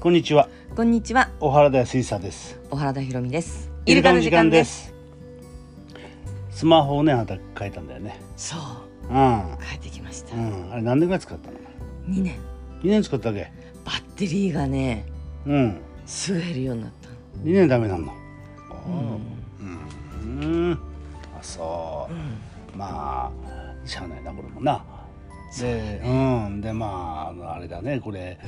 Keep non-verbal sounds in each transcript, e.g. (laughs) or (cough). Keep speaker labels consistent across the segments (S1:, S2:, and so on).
S1: こんにちは
S2: こんにちは、
S1: 小原田水産です
S2: 小原田裕美です。
S1: イルカの時間で。すスマホをねあなた変えたんだよね
S2: そう、
S1: うん
S2: 帰ってきました。
S1: う
S2: 2
S1: んあれ何年ぐらい使ったの
S2: 年、
S1: 2年使っただけ
S2: バッテリーがね、
S1: うん
S2: すぐ減るようになったの。
S1: 2年ダメなの
S2: うん
S1: うんうんあそうまあしゃあないなこれもなでうんでまああのあれだねこれ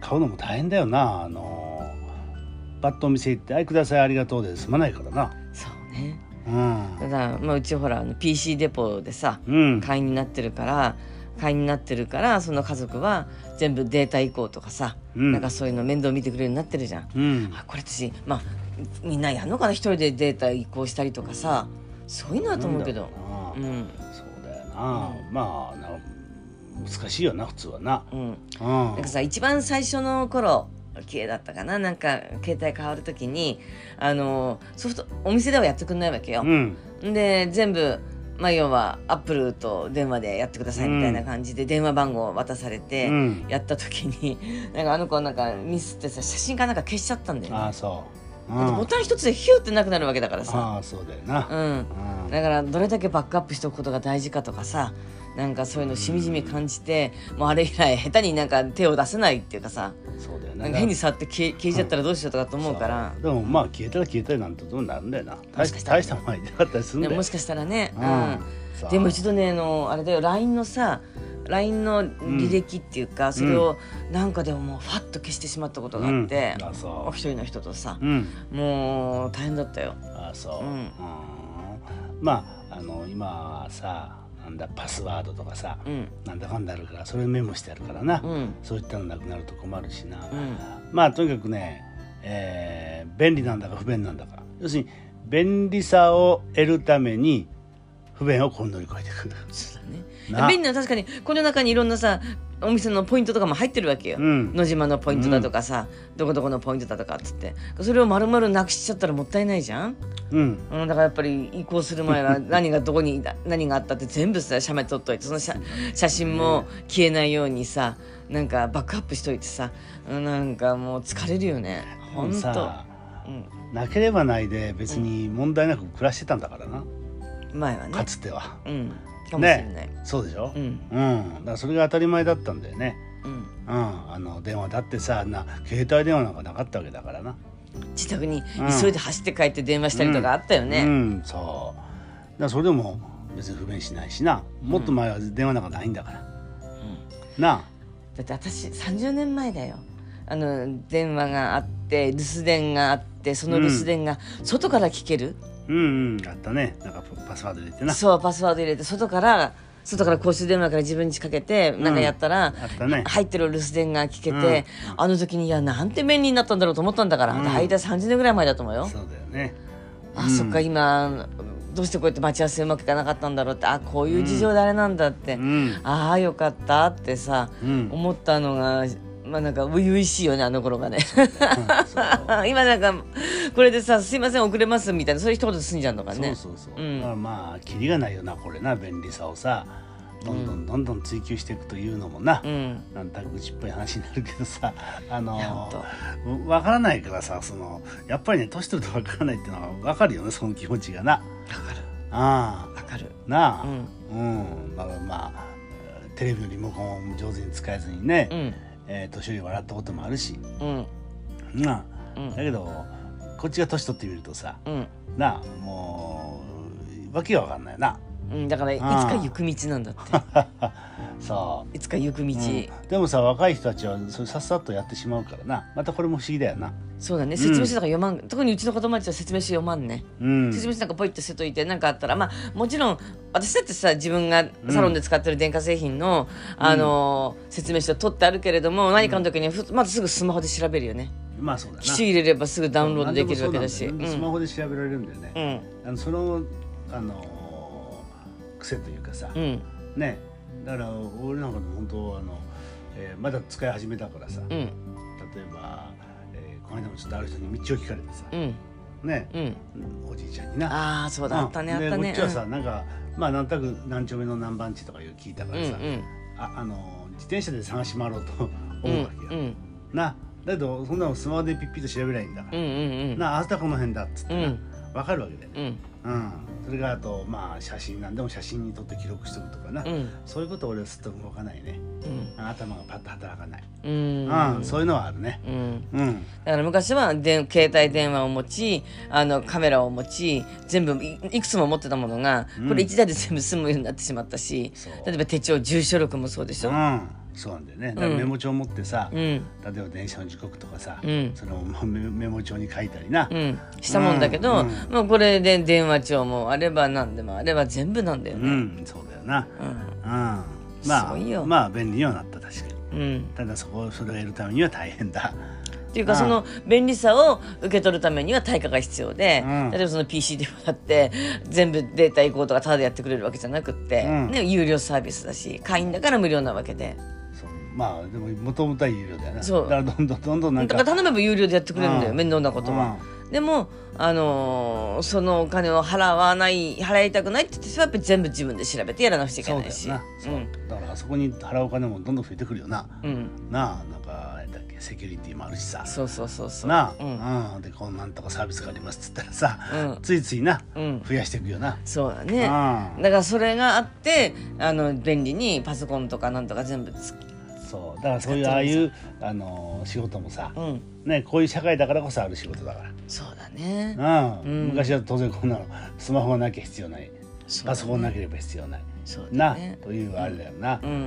S1: 買うのも大変だよなあのパッとお店行って「はいくださいありがとう」で済まないからな
S2: そうね。
S1: う
S2: ただ、まあ、うちほら、あの PC デポでさ、
S1: ん、うん、
S2: 会員になってるから、会員になってるから、その家族は全部データ移行とかさ、
S1: うん
S2: なんかそういうの面倒見てくれるようになってるじゃん。
S1: うん
S2: あこれ私、まあ、みんなやんのかな一人でデータ移行したりとかさ、すごいなと思うけど。
S1: なんだろ
S2: う、
S1: うなんそうだよな、まあな難しいよな普通はな
S2: うん。
S1: うん
S2: なんかさ一番最初の頃綺麗だったかななんか携帯変わるときにあのソフトお店ではやってくんないわけよ
S1: う。ん
S2: で全部まあ要はアップルと電話でやってくださいみたいな感じで電話番号を渡され
S1: う
S2: て
S1: ん
S2: やったときに、 (laughs) なんかあの子なんかミスってさ写真かなんか消しちゃったんだよね。
S1: ああそう、う
S2: だってボ
S1: ん、
S2: タン一つでヒューってなくなるわけだからさ。
S1: ああそうだよな
S2: う、ん
S1: うん
S2: だからどれだけバックアップしておくことが大事かとかさなんかそういうのしみじみ感じてもうあれ以来下手になんか手を出せないっていうかさ
S1: そうだよ
S2: な
S1: なん
S2: か変に触って消え消えちゃったらどうしようとかと思うから、
S1: でもまあ消えたら消えたりなんてどうなんだよな大
S2: もしか
S1: し
S2: したたら
S1: 大した前になかったりするん
S2: ね、
S1: だよ
S2: もしかしたらね、うん
S1: さあ
S2: でも一度ねあのあれだよ LINE のさ LINE の履歴っていうか、それをなんかでももうファッと消してしまったことがあって
S1: うん、あ
S2: お
S1: そ
S2: 一人の人とさ
S1: ううん
S2: もう大変だったよ。
S1: あそう、
S2: う
S1: うんん、まああの今さなんだパスワードとかさ、
S2: うん
S1: なんだかんだあるからそれメモしてあるからな、
S2: うん
S1: そういったのなくなると困るしな、
S2: うん
S1: まあとにかくね、えー便利なんだか不便なんだか要するに便利さを得るために不便をこう乗り越えていくる
S2: そうだね
S1: な
S2: 便利なのは確かにこの中にいろんなさお店のポイントとかも入ってるわけよ、
S1: うん
S2: 野島のポイントだとかさ、どこどこのポイントだとかっつってそれを丸々なくしちゃったらもったいないじゃん、
S1: うん
S2: うん、だからやっぱり移行する
S1: (laughs)
S2: 前は何がどこに何があったって全部さ写メ撮っといてその写写真も消えないようにさなんかバックアップしといてさうんなんかもう疲れるよねほんと、
S1: さ
S2: うん、
S1: なければないで別に問題なく暮らしてたんだからな、
S2: 前はね
S1: かつては
S2: うんかもしれない、
S1: そうでしょ、
S2: うん
S1: うん、だからそれが当たり前だったんだよね、
S2: うん
S1: うん、あの電話だってさな携帯電話なんかなかったわけだからな、
S2: 自宅
S1: う
S2: に
S1: ん
S2: 急いで走って帰って電話したりとかあったよね、
S1: うんそうだからそれでも別に不便しないしなもっと前は電話なんかないんだから、な
S2: だって私30年前だよあの電話があって留守電があってその留守電が外から聞ける、
S1: あうんうんあったねなんかパスワード入れてな
S2: そうパスワード入れて外から外から公衆電話から自分にかけてなんかやったら、
S1: あったね
S2: 入ってる留守電が聞けて、あの時にいやなんて便利になったんだろうと思ったんだから、
S1: うん
S2: 大体30年ぐらい前だと思うよ。
S1: そうだよね
S2: あそっか今どうしてこうやって待ち合わせうまくいかなかったんだろうってあこういう事情であれなんだって、
S1: うん
S2: ああよかったってさ、
S1: うん
S2: 思ったのがまあなんか初々しいよねあの頃がね
S1: そう
S2: (laughs) 今なんかこれでさ「すいません遅れます」みたいなそういう一言で済んじゃうのかね
S1: そうそうそう、
S2: うん
S1: だからまあキリがないよなこれな便利さをさどんどんどんどん追求していくというのもな、
S2: うん
S1: なんだか愚痴っぽい話になるけどさあ
S2: いや
S1: の
S2: ほんと
S1: わからないからさそのやっぱりね年取るとわからないっていうのはわかるよねその気持ちがな。
S2: わかる
S1: あ
S2: わかる
S1: あなあ、
S2: う
S1: うんだからまあテレビのリモコンを上手に使えずにね、
S2: うん
S1: えー年寄り笑ったこともあるし
S2: うん
S1: なあ、
S2: うん
S1: だけどこっちが年取ってみるとさ
S2: うん
S1: なあもうわけがわかんないな。
S2: うん、だからいつ
S1: あ
S2: か
S1: あ
S2: 行く道なんだって
S1: そう
S2: いつか行く道、
S1: うんでもさ若い人たちはそれさっさとやってしまうからなまたこれも不思議だよな
S2: そうだね説明書とか読まん、特にうちの子供たちは説明書読まんね、
S1: うん
S2: 説明書なんかポイッと捨てといて何かあったらまあもちろん私だってさ自分がサロンで使ってる電化製品の、あのー説明書取ってあるけれども何かの時にふまずすぐスマホで調べるよね
S1: まあそうだな
S2: 機種入れればすぐダウンロードできるわけだし
S1: なんでもそうなんだよねスマホで調べられるんだよ
S2: う
S1: ね、
S2: ん
S1: あのそのあのー癖というかさ、
S2: うん
S1: ねだから俺なんかでも本当あの、えーまだ使い始めたからさ、
S2: う
S1: 例え
S2: ん
S1: ば、えーこの間もちょっとある人に道を聞かれてさ、
S2: うん
S1: ね
S2: うん
S1: おじいちゃんにな
S2: ああそうだあったねあ
S1: うん
S2: った
S1: で
S2: ね
S1: こっちはさ、なんかまあなんとなく何丁目の何番地とかいう聞いた
S2: う
S1: か
S2: んうん
S1: らさ、ああの自転車で探し回ろうと
S2: うん
S1: 思うわけよ、
S2: うん
S1: なだけどそんなのスマホでピッピッと調べないんだか
S2: う
S1: ら、
S2: んうんうん
S1: なああそこはこの辺だっつって
S2: う
S1: な、
S2: ん
S1: 分かるわけだよね、
S2: うん
S1: うん、それがあとまあ写真なんでも写真に撮って記録しておくとかな、
S2: うん
S1: そういうこと俺はすっと動かないね頭がパッと働かない、
S2: うんうん
S1: うんそういうのはあるね
S2: うん
S1: うん
S2: だから昔はで携帯電話を持ちあのカメラを持ち全部いいくつも持ってたものが
S1: うん
S2: これ1台で全部済むようになってしまったし、
S1: そう
S2: 例えば手帳住所録もそうでし
S1: う
S2: ょ。
S1: んそうなんだよねだから
S2: うん
S1: メモ帳持ってさ、
S2: うん
S1: 例えば電車の時刻とかさ、
S2: うん
S1: そのメメモ帳に書いたりな、
S2: うん、したもんだけど、
S1: うん
S2: もうこれで電話帳もあれば何でもあれば全部なんだよ
S1: う
S2: ね。
S1: ん、そうだよな
S2: うん
S1: うんまあ
S2: すごいよ
S1: まあ便利にはなった確かに
S2: うん、
S1: ただそこそれを得るためには大変だ
S2: っていうかその便利さを受け取るためには対価が必要で、
S1: うん
S2: 例えばその PC でもらって全部データ移行とかタダでやってくれるわけじゃなくって、
S1: うん
S2: ね、有料サービスだし会員だから無料なわけで
S1: そうまあでももともとは有料だよな
S2: そう
S1: だからどんどんどんどんなん
S2: だ
S1: か
S2: から頼めば有料でやってくれるんだよ、
S1: うん
S2: 面倒なことは。でも、あのーそのお金を払わない払いたくないって人はやっぱり全部自分で調べてやらなくちゃいけ
S1: そう
S2: な
S1: だ
S2: い
S1: よ
S2: し。
S1: なそう、
S2: ん
S1: だからあそこに払うお金もどんどん増えてくるよな、
S2: うん、
S1: なあなんかあれだっけセキュリティもあるしさ
S2: そうそうそうそう。
S1: な
S2: うん
S1: あ、うんでこんなんとかサービスがありますっつったらさ、
S2: うん
S1: ついついな
S2: うん、
S1: 増やしていくよな、
S2: そうだね。
S1: う
S2: だからそれがあってあの便利にパソコンとかなんとか全部つ
S1: ん、そうだからそういうああいうあの仕事もさ、
S2: うん
S1: ねこういう社会だからこそある仕事だか
S2: そうだね。
S1: ら、うん
S2: うん
S1: 昔は当然こんなのスマホがなきゃ必要ないパソコンなければ必要ない、
S2: そうだ
S1: な
S2: ね。
S1: というあれだよな
S2: う、ん。
S1: うん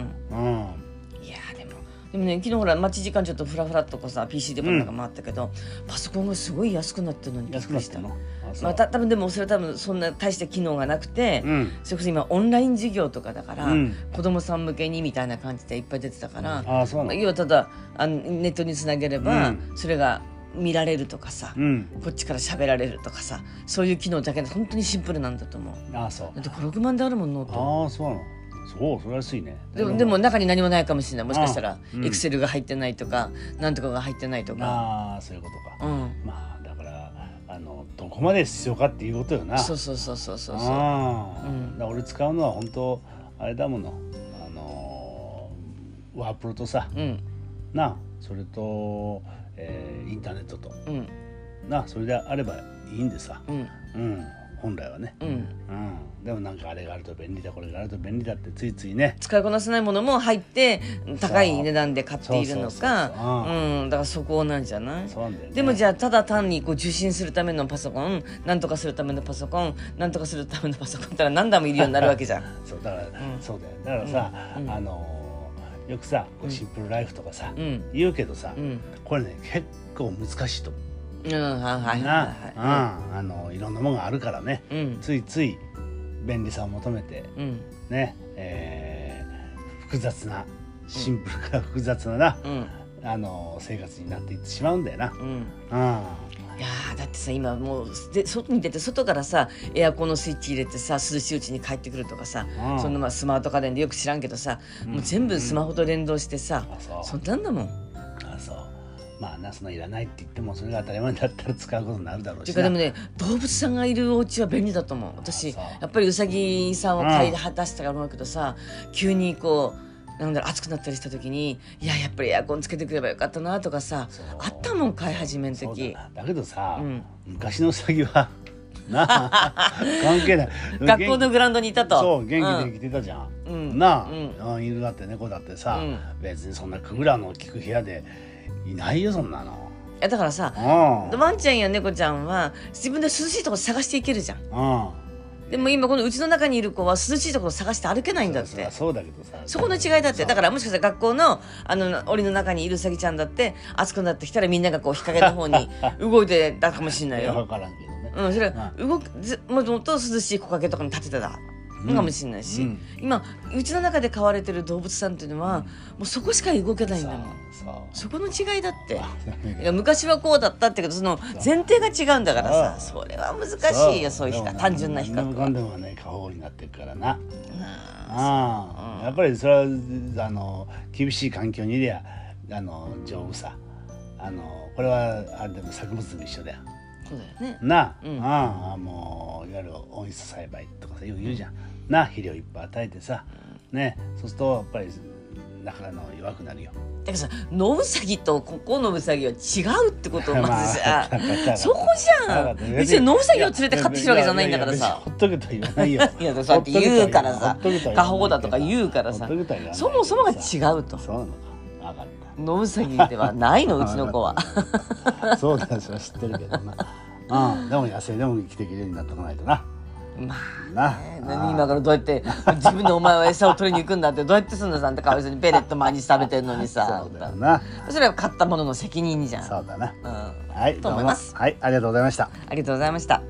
S2: いやーでもでもね昨日ほら待ち時間ちょっとフラフラっとこうさ PC でこんなんか回ったけど、パソコンがすごい安くなってるのにびっ
S1: 安
S2: く
S1: くな
S2: り
S1: っ
S2: してた。
S1: んのあそう
S2: また多分でもそれ多分そんな大した機能がなくて、
S1: うん
S2: それこそ今オンライン授業とかだから、
S1: うん
S2: 子供さん向けにみたいな感じでいっぱい出てたから、
S1: ああそう
S2: ま
S1: な
S2: あ
S1: の
S2: 要はただあのネットにつなげれば、
S1: うん
S2: それが見られるとかさ、
S1: うん
S2: こっちから喋られるとかさそういう機能だけで本当にシンプルなんだと思う
S1: ああそう
S2: だって56万であるもんノート
S1: ああそうなのそうそれは安いね
S2: でもでも中に何もないかもしれないもしかしたら
S1: うん
S2: エクセルが入ってないとかなんとかが入ってないとか
S1: ああそういうことか、
S2: うん
S1: まあだからあのどこまで必要かっていうことよな
S2: そうそうそうそうそうそう
S1: ああ、
S2: うん
S1: だから俺使うのは本当あれだものあのーワープロとさ
S2: うん
S1: なそれと、えーインターネットと
S2: うん
S1: なそれであればいいんでさ、
S2: うん
S1: うん、本来はね、
S2: うん
S1: うん、でもなんかあれがあると便利だこれがあると便利だってついついね
S2: 使いこなせないものも入って高い値段で買っているの
S1: そうそうそうそう
S2: か
S1: う
S2: うんだからそこなんじゃない
S1: そうなんだよね
S2: でもじ
S1: ゃ
S2: ゃあただ単にこう受信するためのパソコンなんとかするためのパソコンなんとかするためのパソコンったら何台もいるようになるわけじゃん。
S1: そうだから、
S2: うん
S1: そうだよだからさ、
S2: うんうん
S1: あのーよくさこうシンプルライフとかさ、
S2: うん
S1: 言うけどさ、
S2: うん
S1: これね結構難しいと思う
S2: うんはいはい
S1: な、
S2: はいは
S1: うん、あのいろんなものがあるからね
S2: い。うん
S1: ついつい便利さを求めて
S2: うん
S1: ね、えー複雑なシンプルから複雑なな、
S2: うん
S1: あの生活になっていってしまうんだよな。
S2: うん。
S1: う
S2: いやーだってさ今もうで外に出て外からさエアコンのスイッチ入れてさ涼しいうちに帰ってくるとかさ
S1: ん、
S2: そのまあスマート家電でよく知らんけどさもう全部スマホと連動してさ
S1: あそう
S2: そんなんだもん。
S1: あそうまあなそのいらないって言ってもそれが当たり前だったら使うことになるだろう
S2: てい
S1: し
S2: うか
S1: な
S2: でもね動物さんがいるお家は便利だと思う私
S1: そう
S2: やっぱりウサギさんを飼
S1: う
S2: い
S1: ん
S2: 果たしたから思うけどさ急にこうなんだろう暑くなったりした時にいややっぱりエアコンつけてくればよかったなとかさ
S1: そう
S2: あったもん飼い始めの
S1: そう
S2: 時
S1: だだけどさ、
S2: うん
S1: 昔のウサギは (laughs) なあ関係ない
S2: (laughs) 学校のグラウンドにいたと
S1: そう元気で生きてたじゃん、
S2: うん
S1: なあ、
S2: う
S1: うん犬だって猫だってさ、
S2: う
S1: 別にそんなクーラーの効く部屋でいないよそんなの
S2: いやだからさ
S1: うん
S2: ワンちゃんや猫ちゃんは自分で涼しいところ探していけるじゃんでも今このうちの中にいる子は涼しいところ探して歩けない
S1: うんん
S2: だっ
S1: そり
S2: て
S1: ゃそうだけどさ
S2: そこの違いだって
S1: そう
S2: だからもしかしたら学校のあの檻の中にいるうさぎちゃんだって暑くなってきたらみんながこう日陰の
S1: (laughs)
S2: 方に動いてたかもしれない
S1: いや分
S2: よ。
S1: からんけどね、
S2: うん、それは動くずもっと涼しい木陰とかに立ててたのかもしれないし、
S1: うん
S2: 今うちの中で飼われてる動物さんっていうのはもうそこしか動けないんだもん
S1: そうそう
S2: そこの違いだって
S1: そう
S2: いや昔はこうだったってけどその前提が違うんだからさそれは難しいよそういう比
S1: でも
S2: 較単純な比
S1: 何でも
S2: 較
S1: か
S2: は
S1: ん。でもね過保護になってるからな
S2: うん
S1: ああ、やっぱりそれはあの厳しい環境にいりゃあの丈夫さあのこれはあれでも作物と一緒だよ
S2: そうだよね
S1: なあ、
S2: うん
S1: ああもういわゆる温室栽培とかさよく言うじゃん、なあ肥料いっぱい与えてさねそうするとやっぱり仲の弱くな
S2: (laughs)
S1: るよ。
S2: だからさ野うさぎとここのうさぎは違うってことをまず (laughs) さ、
S1: まあだから
S2: そこじゃ
S1: だから
S2: ん別に野うさぎを連れて買ってきてるわけじゃないんだから
S1: いやいや
S2: さ
S1: ほっとけとは言わないよ
S2: (laughs) いやだってそうやって言うからさ
S1: ほっとけとは言わないけど
S2: 過保護だとか言うからさ
S1: ほっとけとは言わないけ
S2: そ
S1: ど
S2: もそもが違うと
S1: そうなのか分かっ
S2: 野うさぎではないのうちの子 (laughs) は (laughs)
S1: たそうだそれは知ってるけどなうん、でも野生でも生きていけるようになっとかないとな
S2: まあ
S1: な
S2: 何今からどうやって自分でお前は餌を取りに行くんだってどうやってすんださんってかわいそうにペレット毎日食べてるのにさ
S1: そうだよな
S2: それは買ったものの責任じゃん、
S1: そうだな
S2: うん、あ
S1: はい
S2: と思います
S1: どうもはいありがとうございました
S2: りがとうございました